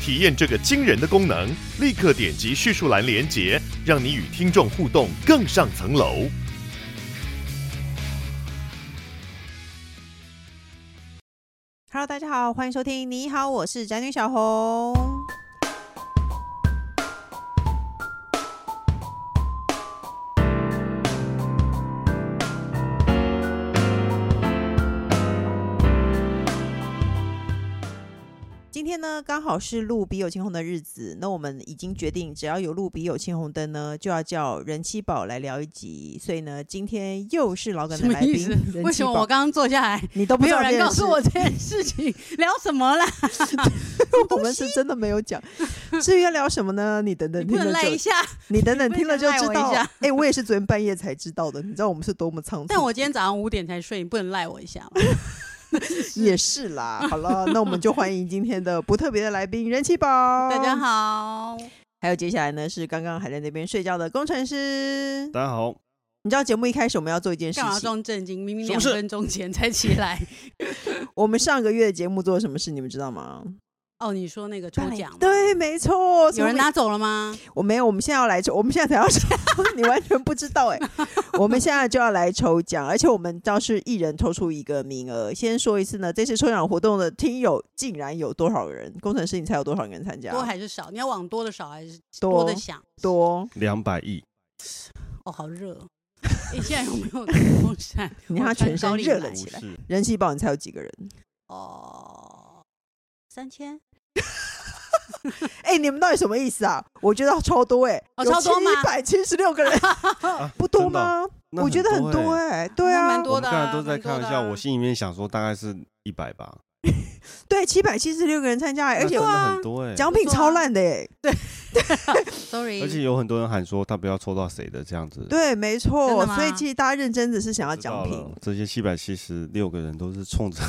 体验这个惊人的功能，立刻点击叙述栏连接，让你与听众互动更上层楼。 Hello，大家好，欢迎收听。你好，我是宅女小红。今天呢，刚好是录笔友青红的日子，那我们已经决定，只要有录笔友青红灯呢，就要叫人气宝来聊一集。所以呢，今天又是老梗什的么来意宾思，？人为气什么宝我，刚刚坐下 来，你都不没知有道这人件告事诉我这件事情？聊什 么啦？我们是真的没有 讲。至于要聊什么呢？你等等你不听了能赖就 一下。你等等你不听了能就赖知我一道。下哎、我也是昨天半夜才知道的，你知道我们是多么仓促。但我今天早上五点才睡，你不能赖我一下嘛。 也是 啦。好了，那我们就欢迎今天的不特别的来宾人气宝。大家，好，还有接下来呢是刚刚还在那边睡觉的工程师。大家好，你知道节目一开始我们要做一件事干嘛情，装正经？明明什两么事分钟前才起来。我们上个月的节目做了什么事，你们知道吗？哦，你说那个抽奖吗，对，啊没错，有人拿。拿走了吗？我没有，我们现在要来抽，我们现在才要抽，你完全不知道哎、 我们现在就要来抽奖，而且我们倒是一人抽出一个名额。先说一次呢，这次抽奖活动的听友竟然有多少人？工程师，你猜有多少人参加？多还是少？你要往多的少还是多多的想？多两百亿，哦，好热哦。你现在有没有电风扇？你看他我穿全身高领热了来起来是人气宝，你猜有几个人？哦，三千。哎、你们到底什么意思啊？我觉得超多哎、哦超多吗一百七十六个人，啊不多？ 吗？真的哦我觉得很多欸哎、对那啊蛮，多我们的刚啊才都在蛮多开玩的笑，啊我心里面想说大概是一百吧，对，七百七十六个人参加、哎，而且那真对啊的很多哎，奖品不错啊超烂的哎、 Sorry，而且有很多人喊说他不要抽到谁的这样子，对，没真错，的吗所以其实大家认真的是想要知道奖了，品。这些七百七十六个人都是冲着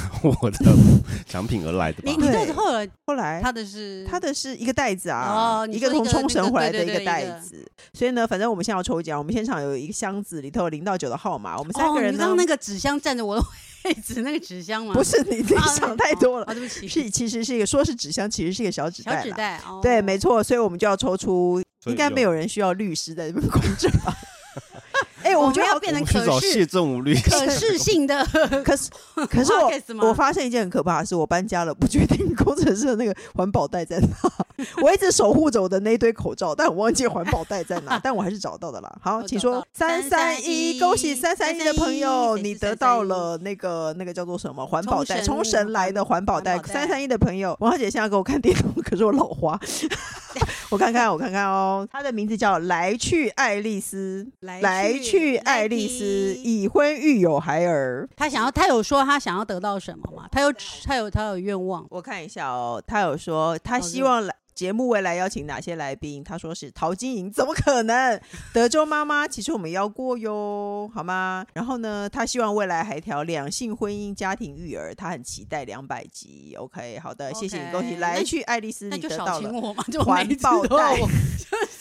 我的 奖品而来的吧你？你对哎到最后了，后来他的是它的是一个袋子啊，哦你一个说从一个冲那绳个回来对的对对个一袋个子。所以呢，反正我们现在要抽奖，我们现场有一个箱子，里头有零到九的号码，我们三哦，个人你呢，让那个纸箱占着我的 位置，那个纸箱吗？不是你你啊，想太多了。了，哦，对不起，是其实是一个说是纸箱，其实是一个小纸小袋纸啦。袋。哦，对，没错，所以我们就要抽出，所以应该没有人需要律师在这边 控制 吧？哎，我我们觉得要好变成我去可找视谢振武律师，可视性的 podcast 吗， 可是可是我我发发现一件很可怕的事，我搬家了，不确定工程师的那个环保袋在哪。 我一直守护着我的那一堆口罩，但我忘记环保袋在 哪，但我还是找到的啦。好，我请找说到三三一， 331恭喜三三一的朋友， 331你得到了那个那个叫做什么环保袋，冲冲绳绳来的环保袋。环保袋三三一的朋友，王小姐现在给我看电脑，可是我老花。 我看看，我看看哦，她的名字叫来去爱丽丝，来去爱丽丝，已婚育有孩儿。他想要，他有说他想要得到什么吗？他有他有他有愿望，我看一下哦，他有说他哦希是望来节目未来邀请哪些来宾，他说是陶晶莹，怎么可能？德州妈妈，其实我们邀过哟，好吗？然后呢，他希望未来还调两性婚姻、家庭育儿，他很期待两百集。OK，好的，谢谢你， OK，恭喜那来去爱丽丝，那你就得少到请了，我嘛，就环每一次抱都要袋我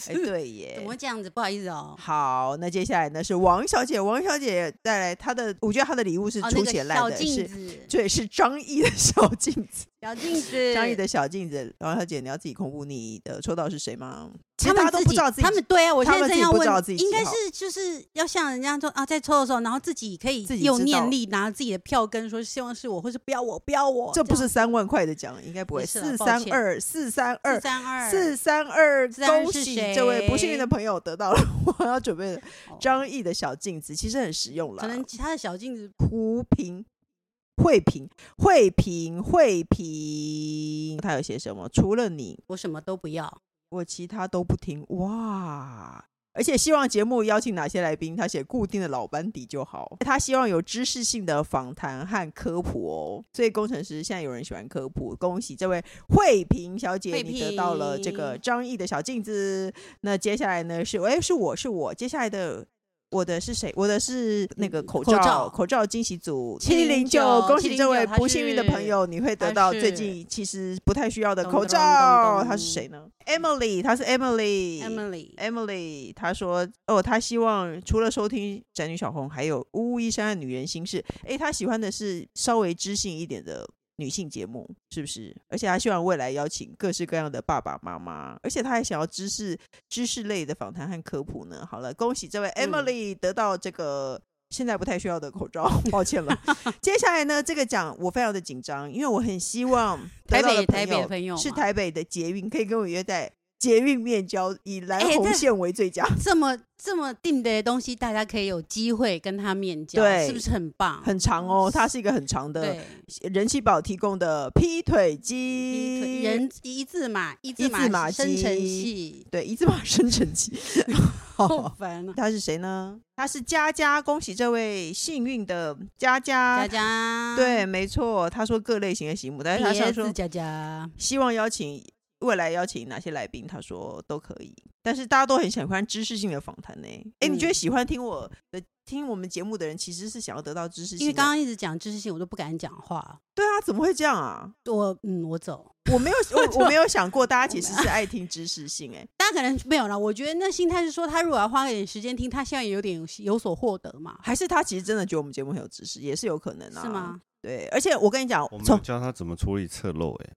哎， 对耶，怎么会这样子？不好意思哦。好，那接下来呢是王小姐，王小姐带来她的，我觉得她的礼物是哦，出那个钱烂小的，镜是子，对，是张译的小镜子。小镜子，张译的小镜子，王小姐，你要自己公布你的抽到是谁吗？其他实大们家都自不己，知道自己，他们对啊，我他现们自在正己要不问知道自，己应该喜好是就是要像人家说啊，在抽的时候，然后自己可以自己用知道念力拿自己的票根说，希望是我，或是不要我，不要我，这不是三万块的奖，应该不会。也是啦四抱三歉二，四三二，三二四三二， 432恭是喜谁这位不幸运的朋友得到了我要准备的哦张译的小镜子，其实很实用啦可。能其他的小镜子胡平。惠平，惠平，惠平，他有写什么？除了你，我什么都不要，我其他都不听。哇，而且希望节目邀请哪些来宾，他写固定的老班底就好。他希望有知识性的访谈和科普哦。所以工程师现在有人喜欢科普，恭喜这位慧萍小姐，慧你得到了这个萍张毅的小镜子。那接下来呢是，哎，是我是我，接下来的。我的是谁？我的是那个口口罩，罩口罩惊喜组七零九， 709恭喜这位709不幸运的朋友，你会得到他是最近其实不太需要的咚口咚罩。咚咚他是谁呢？Emily，他是 Emily。哎 Emily， Emily，她说：“哦，她希望除了收听《宅女小红》，还有《呜呜医生》和《女人心事》。诶，她喜欢的是稍微知性一点的女性节目，是不是？而且她希望未来邀请各式各样的爸爸妈妈，而且她还想要知识知识类的访谈和科普呢。好了，恭喜这位嗯 Emily 得到这个。”现在不太需要的口罩，抱歉 了。接下来呢，这个奖我非常的紧张，因为我很希望得台到的北朋台北友的朋友是嘛台北的捷运，可以跟我约在捷运面交，以蓝哎红但线为最佳，这么这么定的东西，大家可以有机会跟他面交，对是不是很棒？很长哦，它是一个很长的对，人气宝提供的劈腿一机，腿人一字马，一字一字哦马马生成鸡器，对一字马生成 器。好 烦啊！他是谁呢？他是佳佳，恭喜这位幸运的佳佳佳。佳，对，，没错，他说各类型的题目，哎但是他想别说字佳佳，希望邀请未来邀请哪些来宾，他说都可以。但是大家都很喜欢知识性的访谈呢、哎、你觉得嗯喜欢听我的听我们节目的人，其实是想要得到知识性的？因为刚刚一直讲知识性，我都不敢讲话。对啊，怎么会这样啊？我嗯， 我走。我没有，我我没有想过，大家其实是爱听知识性、 哎，大家可能没有了，我觉得那心态是说，他如果要花一点时间听，他现在有点有所获得嘛，还是他其实真的觉得我们节目很有知识，也是有可能啊，是？吗？对，而且我跟你讲我，们有从教他怎么处理侧漏，哎，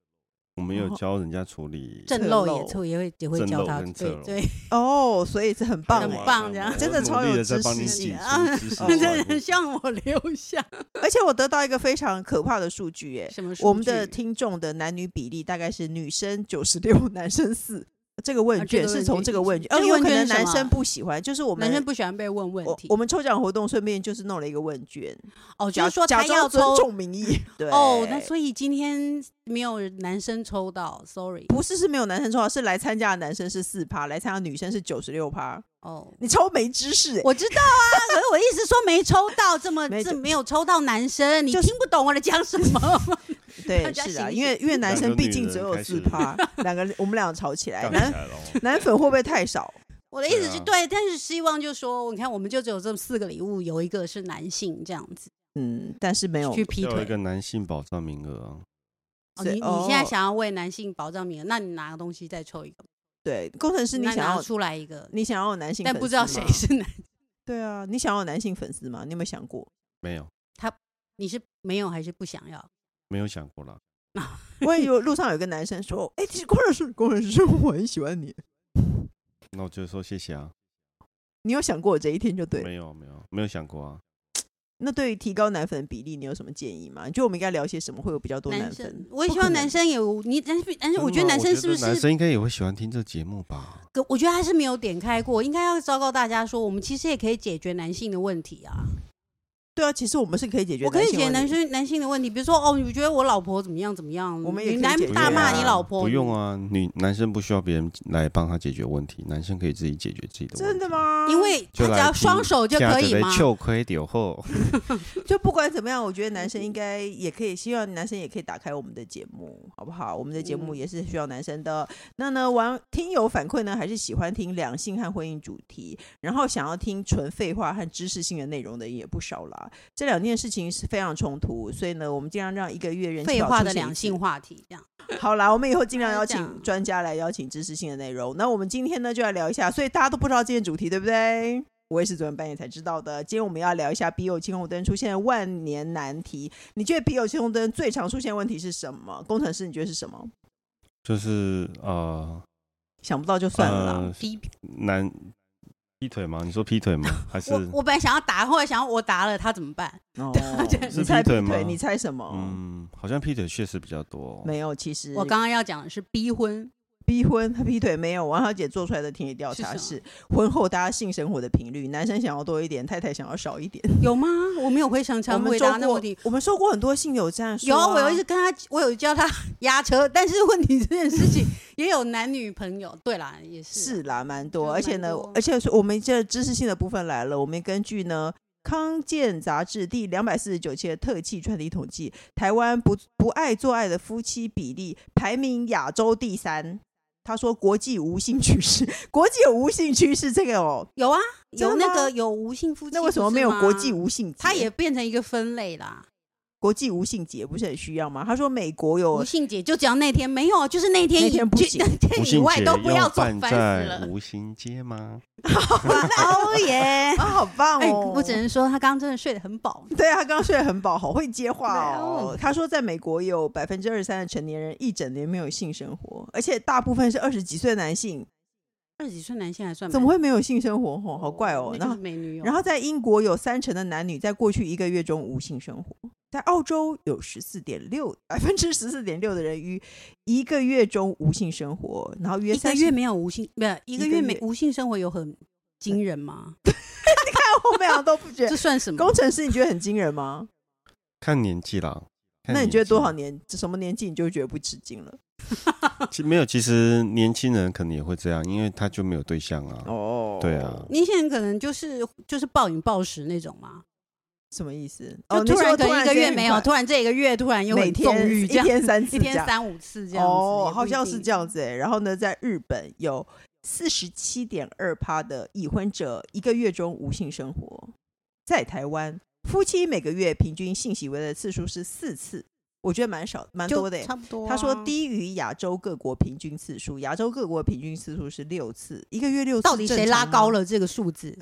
我们有哦教人家处理正漏漏也错，也会也会正教漏他，跟侧对漏对，哦，所以是很棒、很哎，棒这样啊我真的努超有力地在知帮你识挤性啊出知识哦 块真的部很向我留下。而且我得到一个非常可怕的数据、 哎，什么数据？我们的听众的男女比例大概是女生九十六， 男生四。这个问啊卷这个是问从卷这个问卷，这呃，个有问可卷能是什男生么不喜欢，就是我们男生不喜欢被问问我题。我们抽奖活动顺便就是弄了一个问卷，哦，就假是说假他要装尊抽重民 意，对哦，那所以今天没有男生抽到，sorry。不是是没有男生抽到，啊是来参加的男生是四趴，来参加的女生是九十六趴。哦，你超没知识、欸，我知道啊，可是我意思说没抽到，这么没这抽没有抽到男生，你就是听不懂我在讲什么。 对大家是啊，醒因为因为男生毕竟只有四趴两，两个人我们俩吵起来，杠 起男来了哦。男粉会不会太少？我的意思啊是对对，但是希望就说，你看我们就只有这么四个礼物，有一个是男性这样子嗯，但是没有去劈要有一腿个。男性保障名额啊，哦，所以你你现在哦想要为男性保障名额，那你拿个东西再抽一个，对工程师，你那想拿要出来一个，你想要有男性粉丝吗，但不知道谁是男，对啊，你想要有男性粉丝吗？你有没有想过？没有你是没有还是不想要？没有想过啦。我也有路上有一个男生说，哎、其实工程师，工程师，我很喜欢你。那我就说谢谢啊，你有想过我这一天就对了。没有没有没有想过啊，那对于提高男粉比例，你有什么建议吗？你觉得我们应该聊些什么会有比较多男粉生？，我也不希可望能男生有你，但是但是我真觉得的吗男生是不是男生应该也会喜欢听这节目吧？可我觉得他是没有点开过，应该要昭告大家说，我们其实也可以解决男性的问题啊。对啊，其实我们是可以解决我可男以性解问决男题，生男性的问题，比如说哦，你觉得我老婆怎么样怎么样，我们也你可以男解决大骂啊你老婆，不用啊，女男生不需要别人来帮他解决问题，男生可以自己解决自己的问真题。的？吗？因为他就只来要听双手就可以吗？秋亏丢后， 就不管怎么样，我嗯觉得男生应该也可以，希望男生也可以打开我们的节目，好不好？我们的节目嗯也是需要男生的。那呢，玩听友反馈呢，还是喜欢听两性和婚姻主题，然后想要听纯废话和知识性的内容的人也不少啦。这两件事情是非常冲突，所以呢，我们尽量让一个月人气废宝话出的现一两次性话题这样。好啦，我们以后尽量邀这请样专家来邀请知识性的内容。那我们今天呢，就来聊一下，所以大家都不知道这件主题，对不对？我也是昨天半夜才知道的。今天我们要聊一下笔友青红灯出现的万年难题。你觉得笔友青红灯最常出现的问题是什么？工程师，你觉得是什么？就是呃想不到就算了啦。呃，第一男劈腿吗？你说劈腿吗？还是我我本来想要答，后来想要我答了他怎么办？哦，呃 是你猜劈劈腿，腿吗嗯你猜什么？嗯，好像劈腿确实比较多哦。没有，其实我刚刚要讲的是逼婚，逼婚、 劈腿没有？王小姐做出来的田野调查是是婚后大家性生活的频率，男生想要多一点，太太想要少一点。有吗？我没有会常我常们回收答那过问题。我们收过很多性友战术、有啊，啊，我有一直跟他，我有教他压车，但是问题这件事情也有男女朋友，对啦，也是是啦，蛮多，就而且蛮呢多，而且是我们这知识性的部分来了，我们根据呢。康健杂志第两百四十九期的特辑专题统计，台湾不不爱做爱的夫妻比例排名亚洲第三。他说国际无性趋势， 国际有无性趋势这个哦，有啊，真的有那吗个有无性夫妻，那为什么不是没有国际吗？无性节？它也变成一个分类啦，国际无性节不是很需要吗？他说美国无有性节就只要那天没有，啊就是那天那以天不就行 那吴天以信外姐都不要走，办烦死在了。无形街吗？ 哦耶！啊，好棒 哎，哦！我只能说他刚刚真的睡得很饱。 对啊，他刚刚睡得很饱，好会接话哦对。嗯他说，在美国有百分之二十三的成年人一整年没有性生活，而且大部分是二十几岁的男性，二十几岁男性还算怎么蛮会没有性生活？吼，好怪哦。嗯那就然是后，美女友，然后在英国有三成的男女在过去一个月中无性生活，在澳洲有十四点六百分之十四点六的人于一个月中无性生活，然后约一个三 月没有无性，不是一个一个月没月无性生活有很惊人吗？后面啊都不觉得 这。算什么工？程师，你觉得很惊人 吗？看年纪啦。看那你觉得纪多少？年、什么年纪你就会觉得不吃惊了？其没有，其实年轻人可能也会这样，因为他就没有对象啊。哦对啊，年轻人可能就是就是暴饮暴食那种嘛，什么意思？就哦，突然可可能一个月没有，突突然这一个月突然又每很纵天欲一这样，天三次 一这天样，三五次这样子哦，也好不一像是定这样子哎。然后呢，在日本有四十七点二趴的已婚者一个月中无性生活，在台湾夫妻每个月平均性行为的次数是四次，我觉得蛮少蛮就多的耶。差不多啊。他说低于亚洲各国平均次数，亚洲各国平均次数是六次，一个月六次，到底谁拉高？了这个 数字？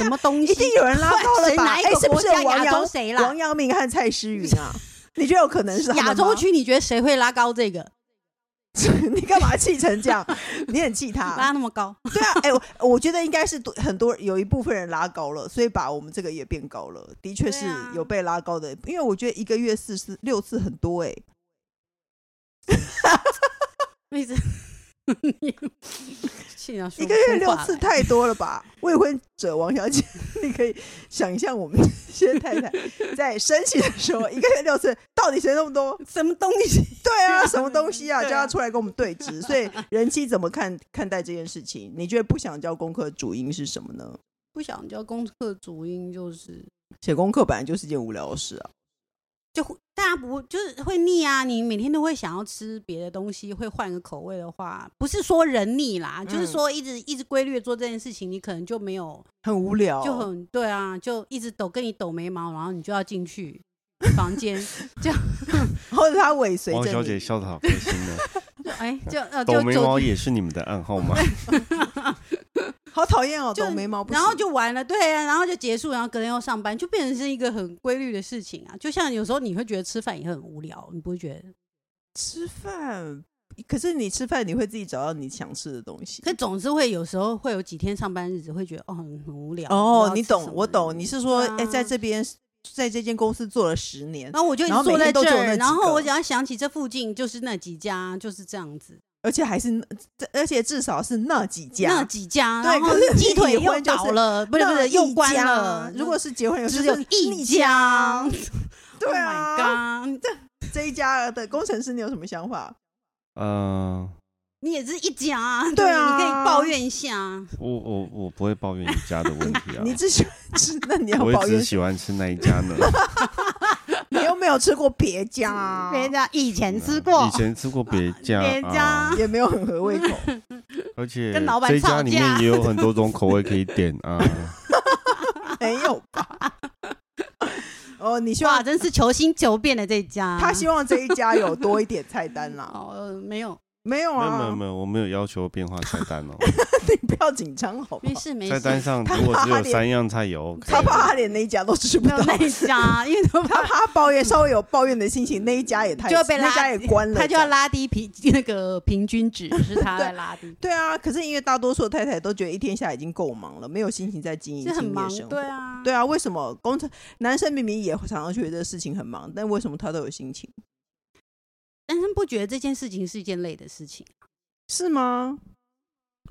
什么东西？啊一定有人拉高了 谁吧？哪一哎，个是不国是家王亚阳洲谁啦王？阳明和蔡诗芸 啊？你觉得有可能是他们吗亚洲？区你觉得谁会拉高这个？ 你干嘛气成这 样？你很气拉他？那么高？对啊，哎、我我觉得应该是多很多有一部分人拉高了，所以把我们这个也变高了。的确是对啊有被拉高的，因为我觉得一个月四次六次很多哎、一 直气到说一个月不出六话次来太多了吧？ 未婚者王小姐， 你可以想象我们这些太 太在生气的时候，一个月六次，到底谁那么多？什么东西？对 啊，什么东西啊，对叫啊他出来跟我们对峙。所以人妻怎么看看待这件事情？你觉得不想交功课的主因是什么呢？不想教功课主因就是写功课本来就是件无聊的事啊。就会大家不就是会腻啊？你每天都会想要吃别的东西，会换个口味的话，不是说人腻啦，就是嗯说一直一直规律地做这件事情，你可能就没有很无聊，就很对啊，就一直抖跟你抖眉毛，然后你就要进去房间， 或者他尾随着王你。小姐笑得好开心 呢。就哎就呃就抖眉毛就也是你们的暗号 吗？好讨厌哦，就抖眉毛不行。然后就完了，对啊，然后就结束，然后隔天又上班，就变成是一个很规律的事情啊。就像有时候你会觉得吃饭也很无聊，你不会觉得？吃饭，可是你吃饭你会自己找到你想吃的东西。可总是会有时候会有几天上班日子会觉得哦很很无聊。哦，不你知道吃懂，什我么懂，你是说，对啊哎、在这边，在这间公司做了十年，然后我就一直然后每坐在天都这只有那儿，几然后我个只要想起这附近就是那几家，就是这样子，而且还是那，这而且至少是那几家，那几家，对然后可是鸡你腿离婚又就是倒了，不是不那是又一关家了。，Oh 如果是结婚，只就有是一你家， 对 Oh 啊 my god！这一家的工程师，你有什么想法？嗯，你也是一家啊，对不你可啊以抱怨一下啊。我我我不会抱怨你家的问题啊，你只喜欢吃，那你要我抱也只怨，喜欢吃那一家 呢。你又没有吃过别家啊，别家以前吃以过，前吃过别 家，别家啊也没有很合胃口。而且跟老板这一家吵里架面也有很多种口味可以点 啊。没有吧？哦，你希哇，望真是求新求变的这一家。他希望这一家有多一点菜单啦？啊 哦呃没有，没有没有没啊有，没有，我没有要求变化菜单哦。你不要紧张好不没好？事没菜单事，上他如果只怕他有连三样菜也 OK。他怕他连那一家都吃不没有到，那一家，因为 他他怕他抱怨稍微有抱怨的心情，那一家也太 就要被那拉家也关了，他就这要样。拉低平那个平均值，是他在拉 低。对啊，可是因为大多数的太太都觉得一天下来已经够忙了，没有心情再经营是很经忙验生，活。对啊，对啊，为什么工程男生明明也常常觉得事情很忙，但为什么他都有心情？但是不觉得这件事情是一件累的事情，是吗？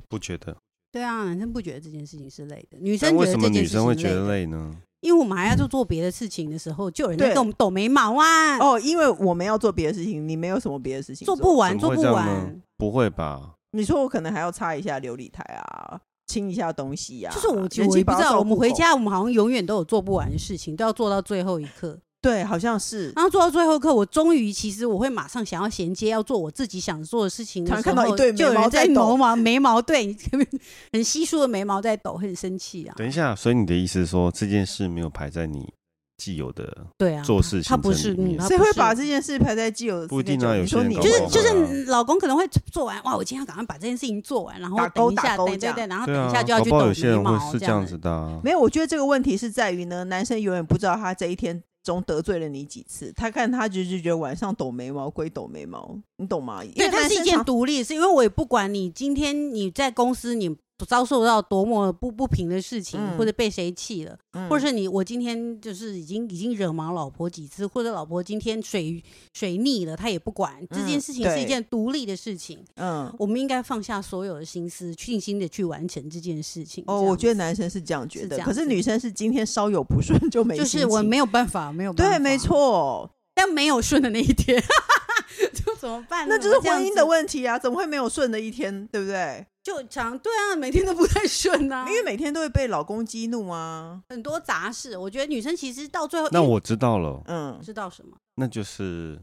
不觉得？对啊，男生不觉得这件事情是累的，女生但觉为得什么这件女事生情会累觉得的，累呢？因为我们还要做做别的事情的时候，就有人在对跟我们抖眉毛啊，哦，因为我们要做别的事情，你没有什么别的事情做不完，怎做么会不这样完呢。不会吧？你说我可能还要擦一下琉璃台啊，清一下东西呀、啊。就是我，人我际也不把知它道，照我们顾回好家，我们好像永远都有做不完的事情，都要做到最后一刻。对，好像是。然后做到最后一刻，我终于其实我会马上想要衔接，要做我自己想做的事情的时突然候。看到一对眉就有毛人在在抖毛毛眉毛对，很稀疏的眉毛在抖，很生气啊。等一下，所以你的意思是说这件事没有排在你既有的对啊，做事他行不程是里面嗯他？谁不会是把啊这件事排在既有的不一 schedule？定啊有你些说人你搞就不是好就会啊是嗯老公可能会做完，哇，我今天要赶快把这件事情做完，然后打勾等一下，打勾对这对样对，然后对等啊一下，就要搞去不抖好有些眉人毛会是这样子子。的啊。没有，我觉得这个问题是在于呢，男生永远不知道他这一天中得罪了你几次，他看他就是觉得晚上抖眉毛归抖眉毛，你懂吗？因对，为它男是一生件常独立的事，因为我也不管你今天你在公司你遭受到多么不不平的事情，嗯或者被谁气了，嗯或者是你我今天就是已经已经惹毛老婆几次，或者老婆今天水水逆了，她也不管。这件事情是嗯对一件独立的事情，嗯。我们应该放下所有的心思，尽心的去完成这件事情。哦，这样我觉得子男生是这样觉是得，这样可是子女生是今天稍有不顺 就没就心情，是我没有办法，没有办法对，没，错，但没有顺的那一天， 就怎么办呢？那就是这样婚姻子的问题啊，怎么会没有顺的一天，对不对？就常对啊，每天都不太顺啊，因为每天都会被老公激怒啊，很多杂事，我觉得女生其实到最后，那因为我知道了，嗯，知道什么，那就是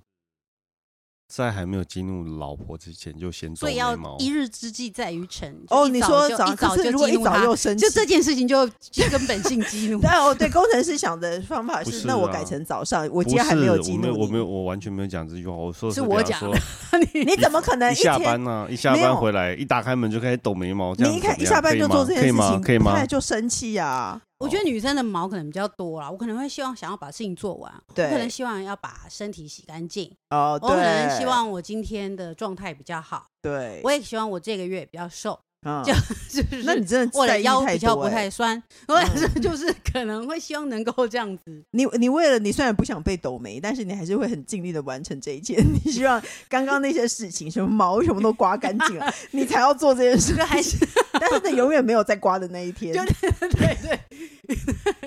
在还没有激怒老婆之前就先皱所以眉要毛。一日之计在于晨。就哦，一你早说就早，一早可是如就果激一怒早他又生气，。就这件事情就根本性激怒 但 哦，对，工程师想的方法不是，是那我啊改成早上，我我今天还没有有激我怒没有，我你没有，，我完全没有讲这句话。我说的是比我方讲说你你怎么可能一天下？班呢、一下没有班回来一打开门就开始抖眉毛，这样你一子看怎一么下样班可以就吗做这件事情，可以吗？可那以吗？就生气啊呀、我觉得女生的毛可能比较多啦，我可能会希望想要把事情做完，我可能对，希望要把身体洗干净，哦，我对，可能希望我今天的状态比较好，对，我也希望我这个月比较瘦， 嗯就就是那你真的我在的意腰太比较多不欸太酸，或者是 就是可能会希望能够这样子。你你为了你虽然不想被抖眉，但是你还是会很尽力的完成这一切。 你希望刚刚那些事情，什么毛什么都刮干净 了，你才要做这件事。就还是但是你永远没有在刮的那一天。就对对，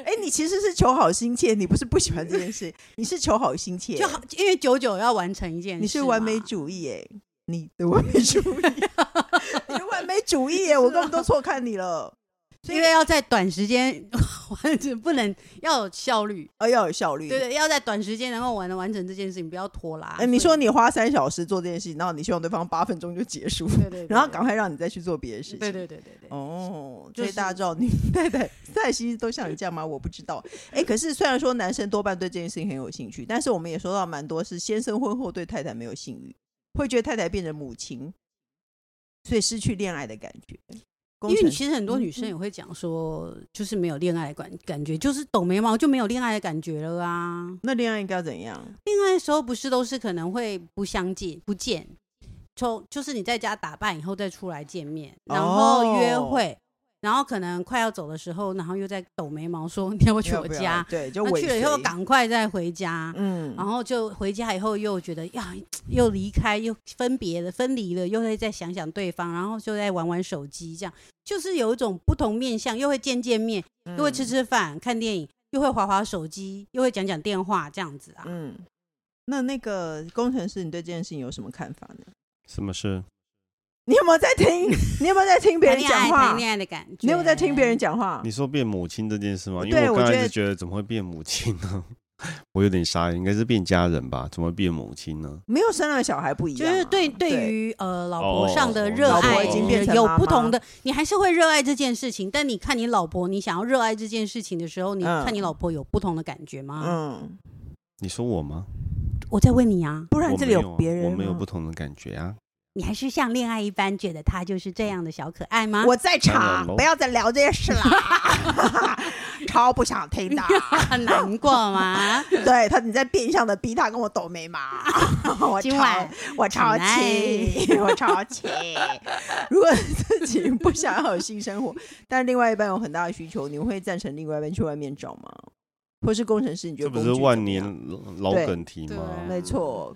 哎、你其实是求好心切，你不是不喜欢这件事，你是求好心切，就好，因为九九要完成一件事嘛，你是完美主义哎、你的完美主 义，你的完美主义哎、我根本都错看你了。因为要在短时间 完成，不能要有效率，呃，要有效率。对对，要在短时间能够完完成这件事情，不要拖拉。哎，你说你，你花三小时做这件事情，然后你希望对方八分钟就结束，对对，对然后赶，快让你再去做别的事情。对对对对对，哦，就所以大家是知道你对对蔡西都像你这样吗？我不知道。哎，可是虽然说男生多半对这件事情很有兴趣，但是我们也收到蛮多是先生婚后对太太没有性欲，会觉得太太变成母亲，所以失去恋爱的感觉。工因为程嗯你其实很多女生也会讲说，就是没有恋爱的感感觉，就是抖眉毛就没有恋爱的感觉了啊。那恋爱应该要怎样？恋爱的时候不是都是可能会不相见、不见，就就是你在家打扮以后再出来见面，然后约哦会，然后可能快要走的时候，然后又在抖眉毛说你要不要去要我不要家，对，就那尾去了以后随赶快再回家，嗯，然后就回家以后又觉得呀，又离开，又分别了，分离了，又会再想想对方，然后就再玩玩手机，这样就是有一种不同面相，又会见见面，又会嗯吃吃饭、看电影，又会划划手机，又会讲讲电话这样子啊。嗯。嗯那那个工程师，你对这件事情有什么看法呢？什么事？你有没有在听？ 你有没有在听别人谈恋讲爱，谈话？恋爱的感觉。你有没有在听别人？讲话？你说变母亲这件事吗？因对为我刚觉才得是觉得怎么会变母亲呢？ 我有点傻眼，应该是变家人吧？怎么会变母亲呢？没有生了小孩不一就样啊、是对对于呃老婆上的哦热老婆爱已经变成有妈不妈同的，你还是会热爱这件事情，但你看你老婆，你想要热爱这件事情的时候，你嗯看你老婆有不同的感觉吗？嗯，你说我吗？我在问你啊，不我然这没里有啊别人吗，我没有不同的感觉啊。你还是像恋爱一般觉得他就是这样的小可爱吗？我在当查然，喽不要再聊这些事 啦，超不想听 的。很难过 吗？对他，你在变相的逼他跟我抖眉毛， 我今超晚我超气， tonight 我超 气。如果自己不想要有性生活，但另外一半有很大的需求，你会赞成另外一半去外面找吗？或是工程师，你觉得这不工是具怎万么年样老对梗题吗？对没错，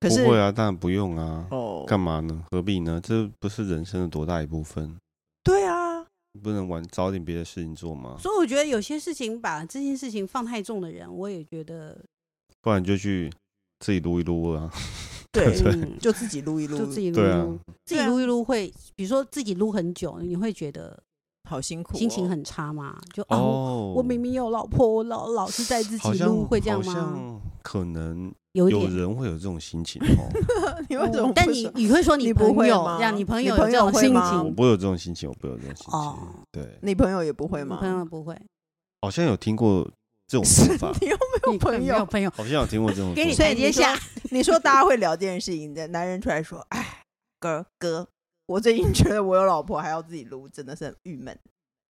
可是不会啊，当然不用啊，哦，干嘛呢？何必呢？这不是人生的多大一部分？对啊，不能玩找点别的事情做吗？所以我觉得有些事情把这件事情放太重的人，我也觉得不然就去自己撸一撸啊。对，对嗯就自己撸一撸，就自己撸一对啊撸，自己对啊撸一撸会，比如说自己撸很久，你会觉得好辛苦哦、心情很差嘛？就啊，我 哦，我明明有老婆，我老老是在自己好像撸，会这样好吗？像可能有一有点。人会有这种心情哦。 你为什么不说？但你你会说你不朋会友吗让你朋你友有朋这友种会心吗我情不会有这种心情，我不会有这种心情。嗯哦，对，你朋友也不会你吗？朋友不会，好像有听过这种是 说法 ，你又没有你可能朋没有友，朋友，好像有听过这种给你说所法。以台你阶说下，你说大家会聊这件事情，你的男人出来说：“哎，哥哥，我最近觉得我有老婆，还要自己撸，真的是很郁闷。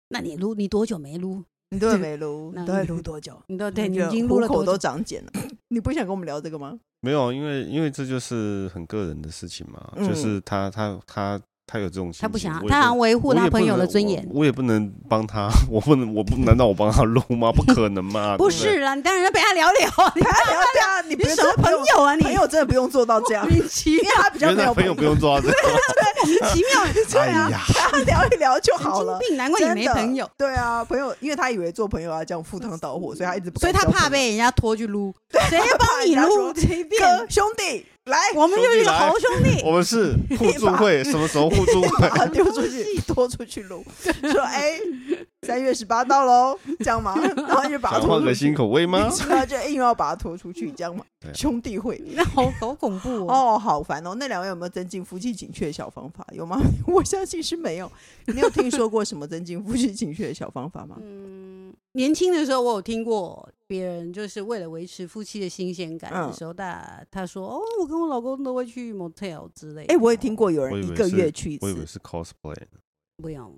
那你撸你多久没撸？你都也没撸， 那你都在撸多久？你都对那你个已经撸了虎口多都久？长 茧了。你不想跟我们聊这个 吗？没有，因为因为这就是很个人的事情嘛，嗯就是他他他他有这种心情，他不想，啊我也他好像能维护我也他不朋友能的尊我严。我也不能帮他， 我不能，我不难道我帮他录吗？不可能 嘛，不对对是啦，你当然要陪他聊聊，你还聊对啊，你你不是是什么朋友？友啊你？朋友真的不用做到这样，因莫名其 为他比较原没来有朋友不用做到这 个，奇妙，对哎啊呀， 他聊一聊就好了神。经病，难怪你真没的朋友，。对啊，朋友，因为他以为做朋友要这样赴汤蹈火，所以他一直不敢所以他交怕朋友被人家拖去撸，谁要帮你 怕人家撸说随便，哥兄弟来，我们就是好兄弟。我们是互助会，什么时候互助 把它会？丢出去，拖出去撸，说哎，三月十八到喽，这样 吗？然后就把它想拖换出个新去，口味吗？然后就硬要把它拖出去，这样吗对？啊兄弟会。那好好恐怖 哦！哦，好烦哦！那两位有没有增进夫妻情趣的小方法？有吗？ 我相信是没有。你有听说过什么增进夫妻情趣的小方法吗？嗯，年轻的时候我有听过别人就是为了维持夫妻的新鲜感的时候，大他说哦，我跟我老公都会去 motel 之类的。哎、我也听过有我人以一为个是月去一我以为次，是 cosplay，不用，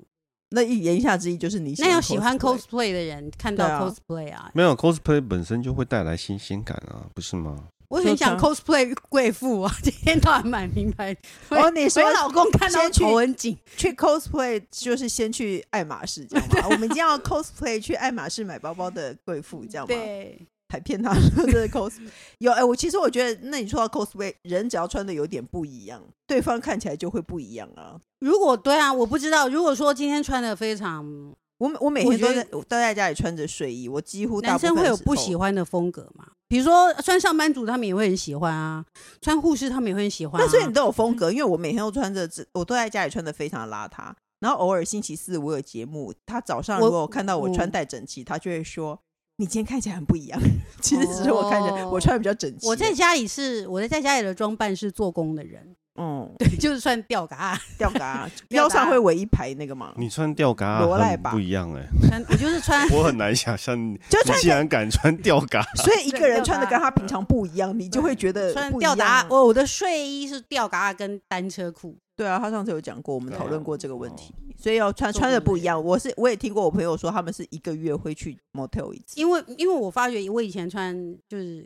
那一言下之意就是你那要喜欢 cosplay cosplay 的人看对到啊 cosplay 啊，没有 cosplay 本身就会带来新鲜感啊，不是吗？我很想就 cosplay 贵妇啊，今天到晚买名 牌。哦，你所说以老公看到先去头很紧，去 cosplay 就是先去爱马仕这样吗？我们今天要 cosplay 去爱马仕买包包的贵妇这样吗？对，还骗他说这是 cosplay。有哎、 我其实我觉得，那你说到 cosplay，人只要穿的有点不一样，对方看起来就会不一样啊。如果对啊，我不知道。如果说今天穿的非常，我每我每天我觉都得在都在家里穿着睡衣，我几乎大男部分生会有时不候喜。欢的风格嘛？比如说穿上班族，他们也会很喜欢啊；穿护士，他们也会很喜欢、啊。那所以你都有风格，因为我每天都穿着这，我都在家里穿的非常邋遢。然后偶尔星期四我有节目，他早上我如果看到我穿嗯戴整齐，他就会说：“你今天看起来很不一样。” 其实只是我看起来我穿的比较整齐。哦我在家里是我在家里的装扮是做工的人， 嗯，对，就是穿吊嘎，啊吊嘎吊腰嘎上会围一排那个 吗？你穿吊嘎罗赖很吧不一样哎，穿我就是 穿我很难想象你就你穿竟然敢穿吊嘎，所以一个人穿的吊跟嘎他平常不一样，你就会觉得穿不一吊嘎啊样。啊我我的睡衣是吊嘎啊跟单车裤，对啊，他上次有讲过，我们对啊讨论过这个问题，啊所以要穿穿的不一样。我是我也听过我朋友说，他们是一个月会去 motel 一次。因为因为我发觉我以前穿就是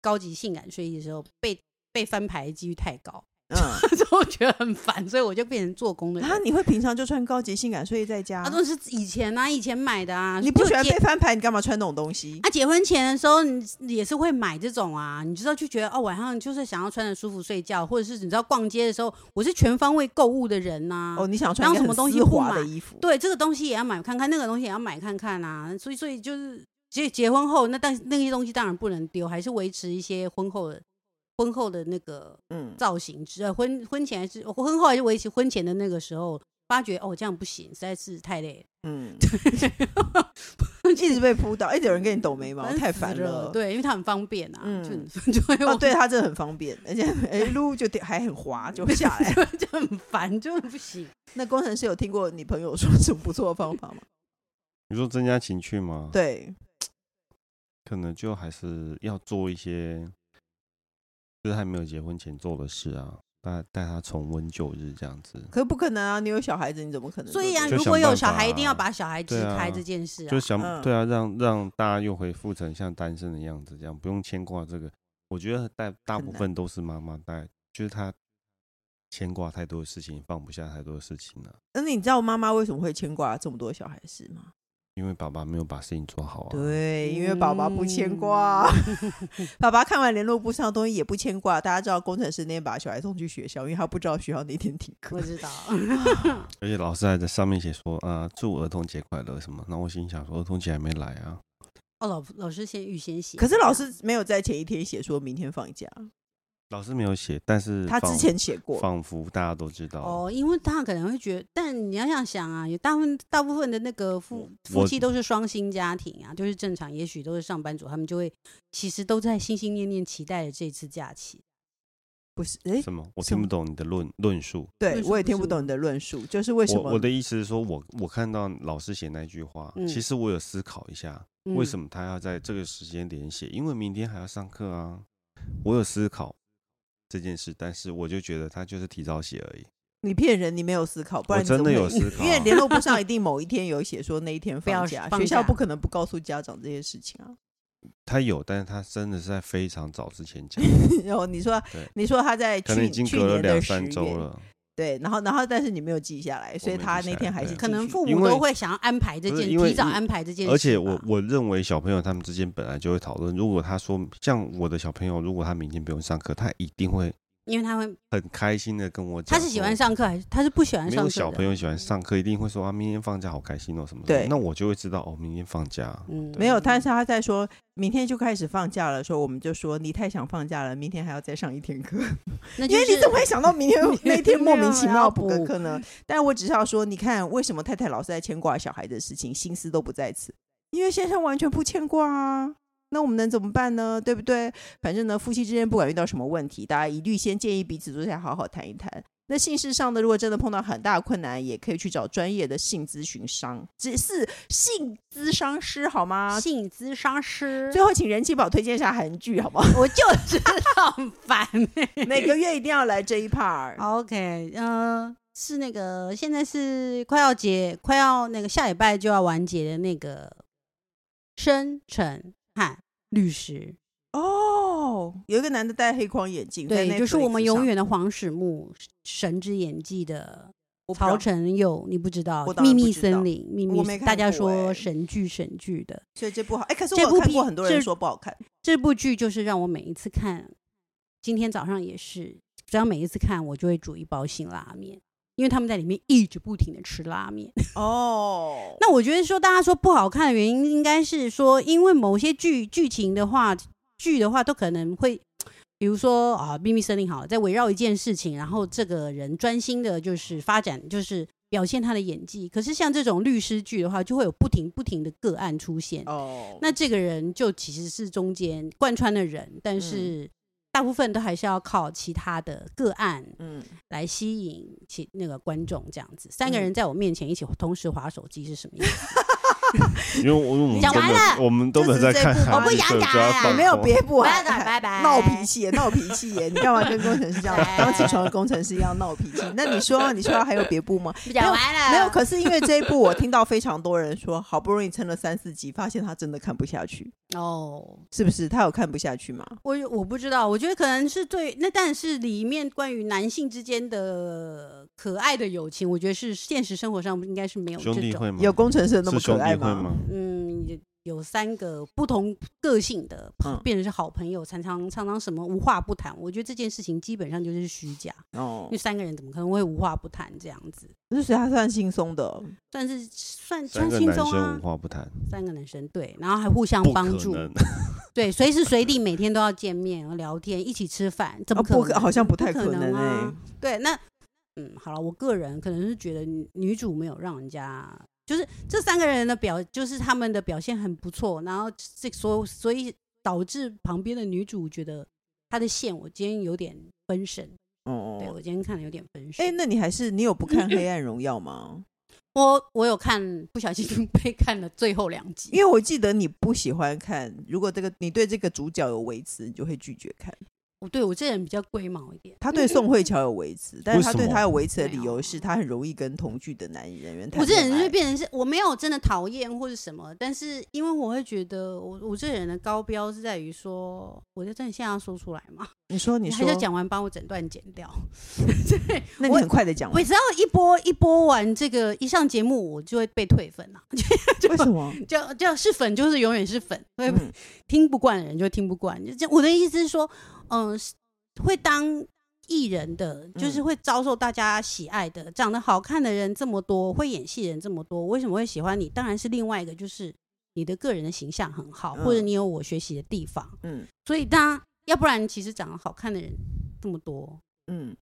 高级性感睡衣的时候被被翻牌的几率太高。 嗯，所以我觉得很烦，所以我就变成做工的人。啊，你会平常就穿高级性感睡衣在家啊，？都是以前啊，以前买的啊。你不就喜欢结被翻牌，你干嘛穿那种东西？啊？结婚前的时候，你你也是会买这种啊，你知道就觉得哦，晚上就是想要穿着舒服睡觉，或者是你知道逛街的时候，我是全方位购物的人呐、哦，你想穿一然后个什么很东丝西不滑的买衣服？对，这个东西也要买看看，那个东西也要买看看啊。所以，所以就是结结婚后，那但那些东西当然不能丢，还是维持一些婚后的婚后的那个嗯，造型之呃婚婚前还是婚后还是维持婚前的那个时候，发觉哦这样不行，实在是太累 嗯，了， 一直被扑倒，一直有人跟你抖眉毛，烦死太烦了。了。对，因为它很方便啊，嗯就 很就会啊，我对，它真的很方便，而 且哎撸就还很滑，就下来。就很烦，就不行。那工程师有听过你朋友说什么不错的方 法吗？你说增加情趣吗？，对，可能就还是要做一些，就是还没有结婚前做的事啊，带带他重温旧日这样子，可是不可能啊！你有小孩子，你怎么可能做所这个？以啊，就如想果有办小法孩，一定要啊把小孩支对啊开这件事啊就。想、嗯对啊，让让大家又恢复成像单身的样子，这样不用牵挂这个。我觉得大大很部难分都是妈妈带，就是她牵挂太多的事情，放不下太多的事情了、那你知道妈妈为什么会牵挂这么多小孩是吗？因为爸爸没有把事情做好啊。对，因为爸爸不牵挂，嗯 爸爸看完联络簿上的东西也不牵挂。大家知道，工程师那天把小孩送去学校，因为他不知道学校那天停课我。 知道，而且老师还在上面写说啊，祝儿童节快乐什么。那我心想说，儿童节还没来啊。哦，老老师先预先写，可是老师没有在前一天写说明天放假，老师没有写，但是他之仿前写过。仿佛大家都知道。啊哦，因为他可能会觉得，但你要想想啊，有大部分大部分的那个夫夫我妻都是双薪家庭啊，就是正常，也许都是上班族，他们就会其实都在心心念念期待着这次假期。不是，哎，什么？我什听么不懂你的论论述。对论述我也不听是不懂你的论述，就是为什我么我的意思是说，我我看到老师写那句话，嗯其实我有思考一下，嗯为什么他要在这个时间点写？因为明天还要上课啊。我有思考这件事，但是我就觉得他就是提早写而已。你骗人，你没有思考，不然我你怎真么的会有思考啊因为联络簿 上一定某一天有写说那一天不要放假，放学校假不可能不告诉家长这些事情啊。 他有，但是他真的是在非常早之前讲，然后你说对，你说他在可能已去经去隔了年两的十三周月，了。对，然后然后但是你没有记下来，所以我没他记那下天来还对是啊可能继续父因母都为会想要安排这不是件，因为提早一安排这件事吧。而且我我认为小朋友他们之间本来就会讨论。如果他说像我的小朋友，如果他明天不用上课，他一定会因为他会很开心的跟我讲他说。是喜欢上课还是他是不喜欢哦没上有课？小朋友，喜欢上课，一定会说啊，明天放假好开心哦什么的。对那我就会知道哦，明天放假。嗯，没有，但是他在说明天就开始放假了，说我们就说你太想放假了，明天还要再上一天课，那就因为你是怎么会想 到明天啊那一天莫没名有其要妙补个补课呢？但我只是要说，你看为什么太太老是在牵挂小孩的事情，心思都不在此？因为先生完全不牵挂啊。那我们能怎么办呢？对不对？反正呢，夫妻之间不管遇到什么问题，大家一律先建议彼此坐下来好好谈一谈。那性事上的，如果真的碰到很大困难，也可以去找专业的性咨询商，只是性咨商师好吗？性咨商师 最？后，请人气宝推荐一下韩剧好吗？我就知道很 烦、 每个月一定要来这一 part。 OK，嗯、是那个现在是快要结，快要那个下礼拜就要完结的那个生辰汉律师，哦，有一个男的戴黑框眼镜，在对，就是 Netflix 我们上永远的黄始木神之演技的我不知道曹承佑，你不知道我《当然秘不密知道森林》，秘我密没看大家过欸说神剧神剧的所以这部好。哎，可是我这部有看片过很多人这说不好 看，这部剧，就是让我每一次看，今天早上也是，只要每一次看，我就会煮一包辛拉面，因为他们在里面一直不停的吃拉面。 哦，那我觉得说大家说不好看的原因，应该是说因为某些剧剧情的话，剧的话都可能会，比如说啊，秘密森林好了，在围绕一件事情，然后这个人专心的就是发展，就是表现他的演技。可是像这种律师剧的话，就会有不停不停的个案出现。哦，那这个人就其实是中间贯穿的人，嗯但是大部分都还是要靠其他的个案嗯，来吸引其那个观众这样子。三个嗯人在我面前一起同时划手机是什么意思？因为我因为我们讲都完没了有，我们都没有在看这是这部韩我剧，不想所以就讲要了放你没有空别部好拜拜看拜拜哎闹脾气耶，闹脾气 耶，你干嘛跟工程师这样当起床的工程师一样闹 脾气？那你说，你说还有别部 吗？讲完了没有，可是因为这一部，我听到非常多人说，好不容易撑了三四集，发现他真的看不下去，哦，是不是？他有看不下去吗？我我不知道，我觉得可能是对那，但是里面关于男性之间的可爱的友情，我觉得是现实生活上应该是没有兄这弟种。会吗？有工程师那么是可嗯兄爱弟会吗？嗯，有有三个不同个性的，嗯变成是好朋友，常常常常什么无话不谈。我觉得这件事情基本上就是虚假，哦因为，三个人怎么可能会无话不谈这样子？就是所以他算轻松的，哦算是算三算个轻男松啊生无，话不谈，三个男生对，然后还互相不可帮助，能。对，随时随地每天都要见面、聊天、一起吃饭，怎么啊可不能？可好像不太可能啊哎。对，那嗯，好了，我个人可能是觉得女女主没有让人家，就是这三个人的表，就是他们的表现很不错，然后这所所以导致旁边的女主觉得她的线，我今天有点分神，对哦，我今天看的有点分神。哎，那你还是你有嗯不看《黑暗荣耀》吗？我我有看，不小心 被看了最后两集，因为我记得你不喜欢看，如果这个你对这个主角有维持，你就会拒绝看。我哦对我这人比较龟毛一点，他对宋嗯慧乔有维持，但是他为什对么他有维持的理没有啊由是他很容易跟同居的男人员谈我这恋人爱就变成是我没有真的讨厌或者什么，但是因为我会觉得我我这人的高标是在于说，我就真的现在要说出来嘛，你说你还说是，讲完帮我整段剪掉，对，那你我很快的讲我完，只要一播一播完这个一上节目，我就会被退粉啊， 为什么？就就是粉就是永远是粉，会嗯 听不惯的人就听不惯。就这我的意思是说，嗯、是会当艺人的，就是嗯会遭受大家喜爱的，长得好看的人这么多，会演戏的人这么多，为什么会喜欢你？当然是另外一个，就是你的个人的形象很好，或者嗯你有我学习的地方。嗯所以大家要不然其实长得好看的人这么多，嗯，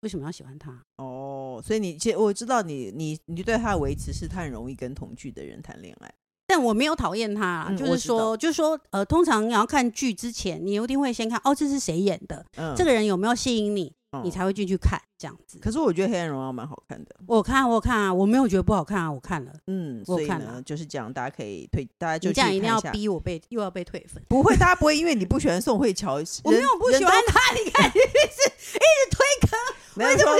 为什么要喜欢他？哦，所以你其实我知道你你你对他的维持是他很容易跟同居的人谈恋爱，但我没有讨厌他啦，嗯就我是知道说，就是说，呃，通常你要看剧之前，你一定会先看哦，这是谁演的，嗯，这个人有没有吸引你，个你才会进去看这样子。可是我觉得《黑暗荣耀》蛮好看的，我有看啊，我有看啊，我没有觉得不好看啊，我看了。嗯，我所以看呢了就是这样，大家可以推，大家就你这样去一定看要下，逼我被又要被退粉，不会，大家不会因为你不喜欢宋慧乔， 我没人有不喜欢，人他，你看一直一直推坑，都没有说，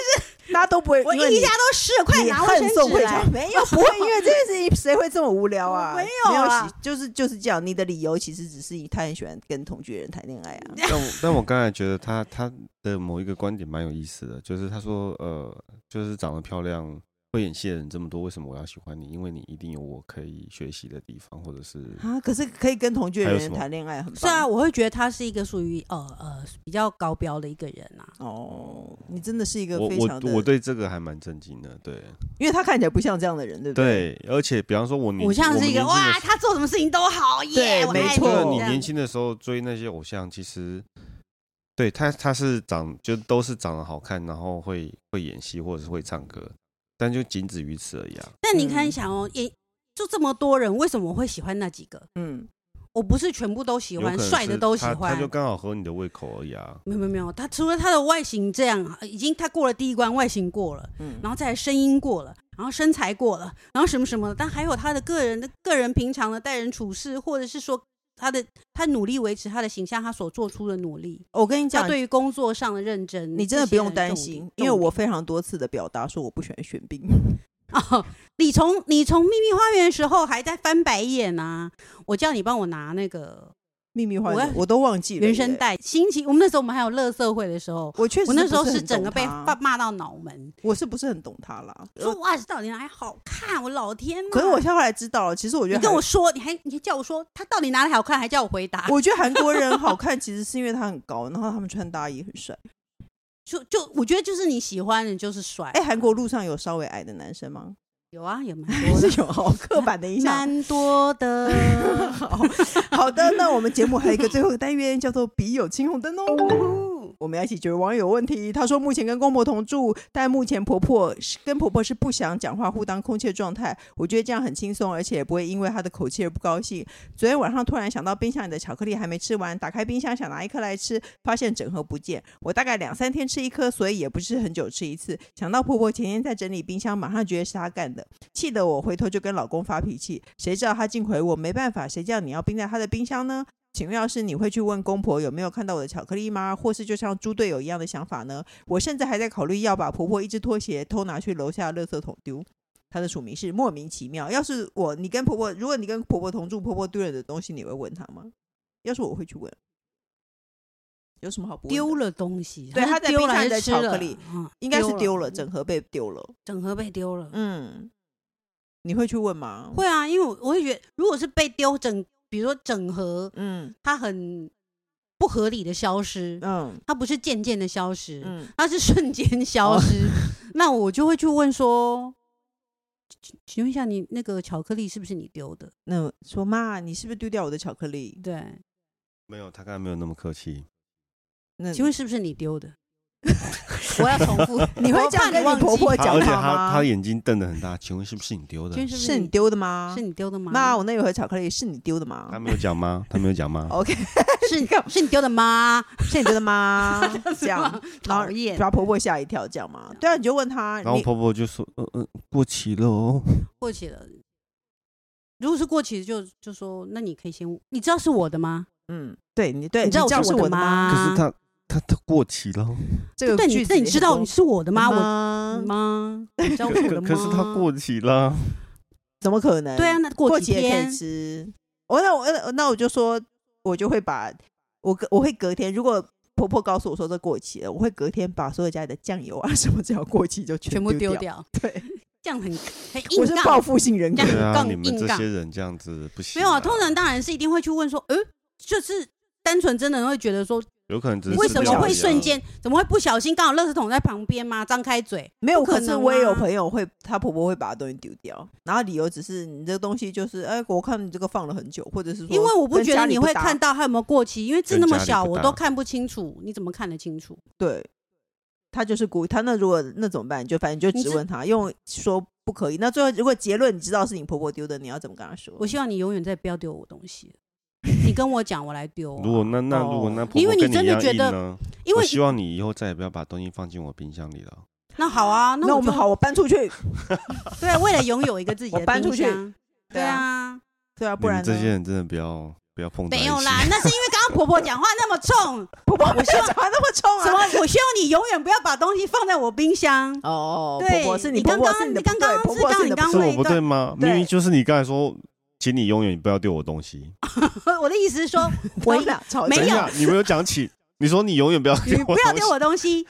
大家都不会，我因为一你家都湿了，快你拿卫恨生宋纸慧来乔，。没有 不会，因为这件事情谁会这么无聊我啊？没有没有啊喜，就是就是这样。你的理由其实只是他很喜欢跟同居的人谈恋爱 啊。但我 但我刚才觉得他他的某一个观点蛮有意思的，就是他说呃，就是长得漂亮、会演戏的人这么多，为什么我要喜欢你？因为你一定有我可以学习的地方，或者是啊，可是可以跟同居的还有人什么谈恋爱，很棒。是啊，，我会觉得他是一个属于呃呃比较高标的一个人啊。哦，你真的是一个我非常我的，我对这个还蛮震惊的，对因为他看起来不像这样的人，对不对？对，而且比方说我年我像们是一个年轻的哇，他做什么事情都好耶，对我没爱错对，你你这样年轻的时候追那些偶像，其实对他他是长就都是长得好看，然后会会演戏或者是会唱歌，但就仅止于此而已啊。但你看，嗯想哦，也就这么多人，为什么我会喜欢那几个？嗯，我不是全部都喜有欢，可能帅的是都喜他欢他就。刚好合你的胃口而已啊。没有没有没有，他除了他的外形这样，啊已经他过了第一关，外形过了，嗯然后再来声音过了，然后身材过了，然后什么什么的，但还有他的个人的个人平常的待人处事，或者是说他的他努力维持他的形象，他所做出的努力，我跟你他讲，对于工作上的认真，你真的不这些用人担重心点，因为重我点非常多次的表达说我不喜欢玄 彬。哦，你从你从秘密花园的时候还在翻白眼啊！我叫你帮我拿那个秘密花我园要我都忘记了原声耶。带，星期我们那时候我们还有乐色会的时候，我确实我那时候不是是很整懂个被他骂骂到脑门，我是不是很懂他啦？呃说哇，到底哪里好看？我老天呐！可是我后来知道了，其实我觉你得跟韩我说，你还你还叫我说他到底哪里好看，还叫我回答，我觉得韩国人好看，其实是因为他很高，然后他们穿搭也很帅。就就我觉得就是你喜欢的就是帅，哎，韩国路上有稍微矮的男生吗？有啊，有 蛮我多是的，有好刻板的印 象。蛮多的。 好好的，那我们节目还有一个最后一个单元叫做“笔友青红灯”哦。我们要一起解决网友问题。他说，目前跟公婆同住，但目前婆婆是跟婆婆是不想讲话，互当空气的状态。我觉得这样很轻松，而且也不会因为她的口气而不高兴。昨天晚上突然想到冰箱里的巧克力还没吃完，打开冰箱想拿一颗来吃，发现整盒不见。我大概两三天吃一颗，所以也不是很久吃一次。想到婆婆前天在整理冰箱，马上觉得是她干的，气得我回头就跟老公发脾气。谁知道她竟回我没办法，谁叫你要冰在她的冰箱呢？请问，要是你会去问公婆有没有看到我的巧克力吗？或是就像猪队友一样的想法呢？我甚至还在考虑要把婆婆一只拖鞋偷拿去楼下垃圾桶丢。她的署名是莫名其妙。要是我，你跟婆婆，如果你跟婆婆同住，婆婆丢了的东西，你会问她吗？要是我会去问，有什么好不问的丢了东西，对他他在丢冰了箱里还的是吃巧克了力？嗯应该是丢了，嗯整盒被丢了。整盒被丢了。嗯，你会去问吗？，会啊，因为我我会觉得，如果是被丢整，比如说整盒，嗯它很不合理的消失，嗯它不是渐渐的消失，嗯，哦它是 瞬间消失，那我就会去问说，请请问一下，你那个巧克力是不是你丢的？那说妈，你是不是丢掉我的巧克力？对，没有，他刚才没有那么客气。那请问是不是你丢的？ 我要重复，你会我这样怕跟你忘婆记婆他讲而且话他他吗？眼睛瞪得很大，请问是不是你丢的请？问是不是是你你？丢的吗是？你丢的吗？妈，我那有盒巧克力是你丢的他吗没有讲吗？他没有讲吗？哦？OK，是你是你丢的吗？是你丢的 吗？这样，然后讨厌，把婆婆吓一跳，这样吗？对啊，你就问她，然后你婆婆就说：“呃呃，过期了哦。过期了。如果是过期的就就说，那你可以先，你知道是我的吗？嗯，对你对，你知道这样是是我的的吗？可吗？是他他他过期了，这个但句你子但你也知道很你是我的吗？我吗吗？你知道可我的可吗？可是他过期了，怎么可能？对啊，，那过几期也可天以吃。我那我那我就说，我就会把我隔我会隔天，如果婆婆告诉我说这过期了，我会隔天把所有家里的酱油啊 什么只要过期就全部丢丢。掉，对，这样很很我硬是杠。报复性人格这，样对啊，杠你们硬这杠些人这样子不行没啊。有啊，通常当然是一定会去问说，呃，就是单纯真的会觉得说，有可能只是为吃什掉么而会已啊瞬？间，怎么会不小心刚好垃圾桶在旁边吗？张开嘴，没有。不可可是能我也有啊朋友会，她婆婆会把东西丢掉，然后理由只是你这个东西就是，哎，我看你这个放了很久，或者是说因为我不跟觉家得里你不会搭看到它有没有过期，因为字跟那么家里小，不我搭都看不清楚，你怎么看得清楚？对，他就是故意。他那如果那怎么办？你就反正你就你质知问他，用说不可以。那最后如果结论你知道是你婆婆丢的，你要怎么跟他说？我希望你永远再不要丢我东西，你跟我讲，我来丢啊、如果那那如果那哦婆因为婆你跟真一的样觉硬得呢，因我为希望你以后再也不要把东西放进我冰箱里了。那好啊，那我我们就好，我搬出 去。对啊，为了拥有一个自己 我的搬冰出去箱，对对啊啊，对啊，你不们然这呢些人真的不要不要碰在一没起。有啦，那是因为刚刚婆婆讲话那么 冲，婆 婆，我希望那么冲啊？什么？我希望你永远不要把东西放在我冰箱。 哦，对婆婆是你婆刚婆刚是你的你不刚对刚婆是婆刚你你的刚不是刚对我不对吗？对明明就是你刚才说，请你永远不要丢我东西。我的意思是说，我我们俩吵没架等一有下，你没有讲起，你说你永远不要你丢我不要东丢西。我东西。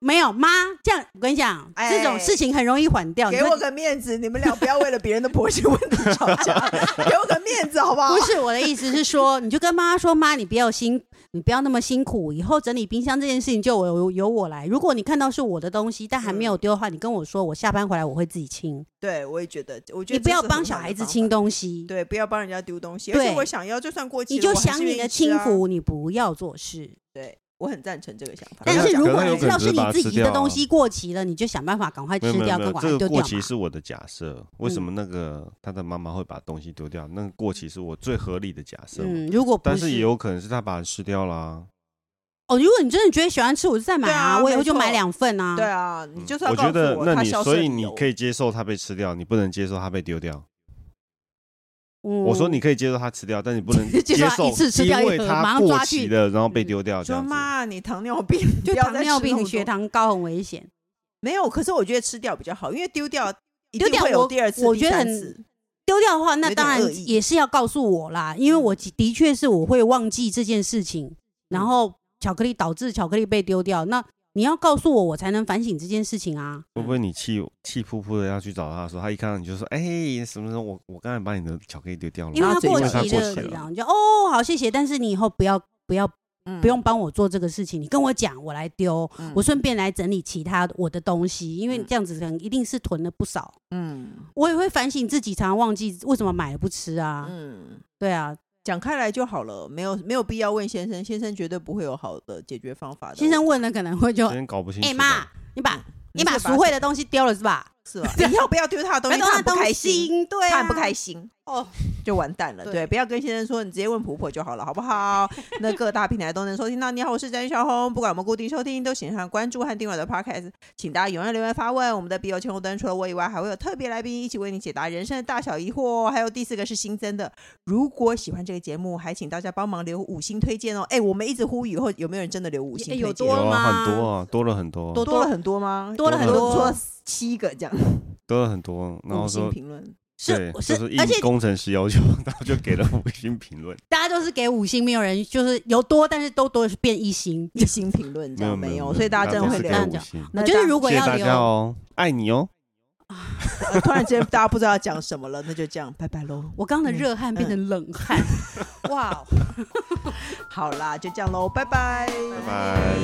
没有妈，这样我跟你讲，哎这种事情很容易缓掉。给你会我个面子，你们俩不要为了别人的婆媳问题吵架， 给我个面子好不好不？是我的意思是说，你就跟妈妈说，妈，你不要辛，你不要那么辛苦，以后整理冰箱这件事情就由由我来。如果你看到是我的东西，但还没有丢的话，你跟我说，我下班回来我会自己清。对，嗯我也觉得，我觉你得不这要是很帮好小的孩子方法清东西，对，不要帮人家丢东西。而对且我想要，就算过期了，你就我还是想你愿的意吃轻啊。浮，你不要做事。对，我很赞成这个想法。可是但是他如可果他有你可知能道是只是你把它自吃己的掉东啊西过期了，你就想办法赶快没吃有没有掉，没跟有，把这它个丢过掉期嘛。是我的假设。为什么那个他的妈妈会把东西丢掉？那个过期是我最合理的假设嘛。嗯，如果不但是也有可能是他把它吃掉啦、哦，如果你真的觉得喜欢吃，我就再买对啊我以后没就买错两份啊。对啊，你就是要嗯我告诉觉得，那他你消所失以理你由可以接受它被吃掉，你不能接受它被丢掉。嗯我说你可以接受它吃掉，但你不能 接受它受一次吃掉一因为盒马它上过抓期去嗯了，然后被丢掉这说样子。妈，你糖尿病，就不要糖再尿吃那么病、多血糖高很危险。没有。可是我觉得吃掉比较好，因为丢掉一丢定掉会有我第二次、我第觉得三很次丢掉的话，那有点当然恶意嗯也是要告诉我啦，因为我的的确是我会忘记这件事情，然后巧克力导致巧克力被丢掉，那你要告诉我，我才能反省这件事情啊。会不会你气气扑扑的要去找他的时候，他一看到你就说：“哎、什么时候我我刚才把你的巧克力丢掉了？”因为它然后过嗯自己期因为了，它过期了然后你就哦好谢谢，但是你以后不要不要嗯不用帮我做这个事情，你跟我讲，我来丢，嗯我顺便来整理其他我的东西，因为这样子可能一定是囤了不少。嗯我也会反省自己，常常忘记为什么买了不吃啊。嗯对啊，讲开来就好了，没有没有必要问先生，先生绝对不会有好的解决方法的。先生问了可能会就真搞不清楚。哎妈，你嗯把你把赎赎回的东西丢了是吧？是吧？啊你要不要丢他的东西？不 要他丢很他不的开东心，西，对、啊，他很不开心。哦，就完蛋了。对对，不要跟先生说，你直接问婆婆就好了，好不 好？那各大平台都能收听到。你好，我是詹小红，不管我们固定收听，都请上关注和订阅我的 Podcast，请大家踊跃留言发问。我们的笔友千红灯除了我以外，还会有特别来宾一起为你解答人生的大小疑惑哦。还有第四个是新增的，如果喜欢这个节目，还请大家帮忙留五星推荐哦。哎，我们一直呼吁以后有没有人真的留五星推荐？有有多了啊，吗很多啊，多了很多，多多了很多吗？多了很多，多说七个这样，多了很多。然后五星说，评论。对是，，就是是而且应工程师要求， 然后就给了五星评论。大家都是给五星，没有人就是有多，但是都多是变一星。一星评论这没样有没有，所以大家真的都会是留这。给样五讲星。那我觉大得家如果谢谢要大留，家哦，爱你哦。呃突然之间大家不知道要讲什么了，那就这样，拜拜喽。我刚刚的热汗嗯变成 冷汗，哇哦。好啦，就这样喽，拜拜。拜拜。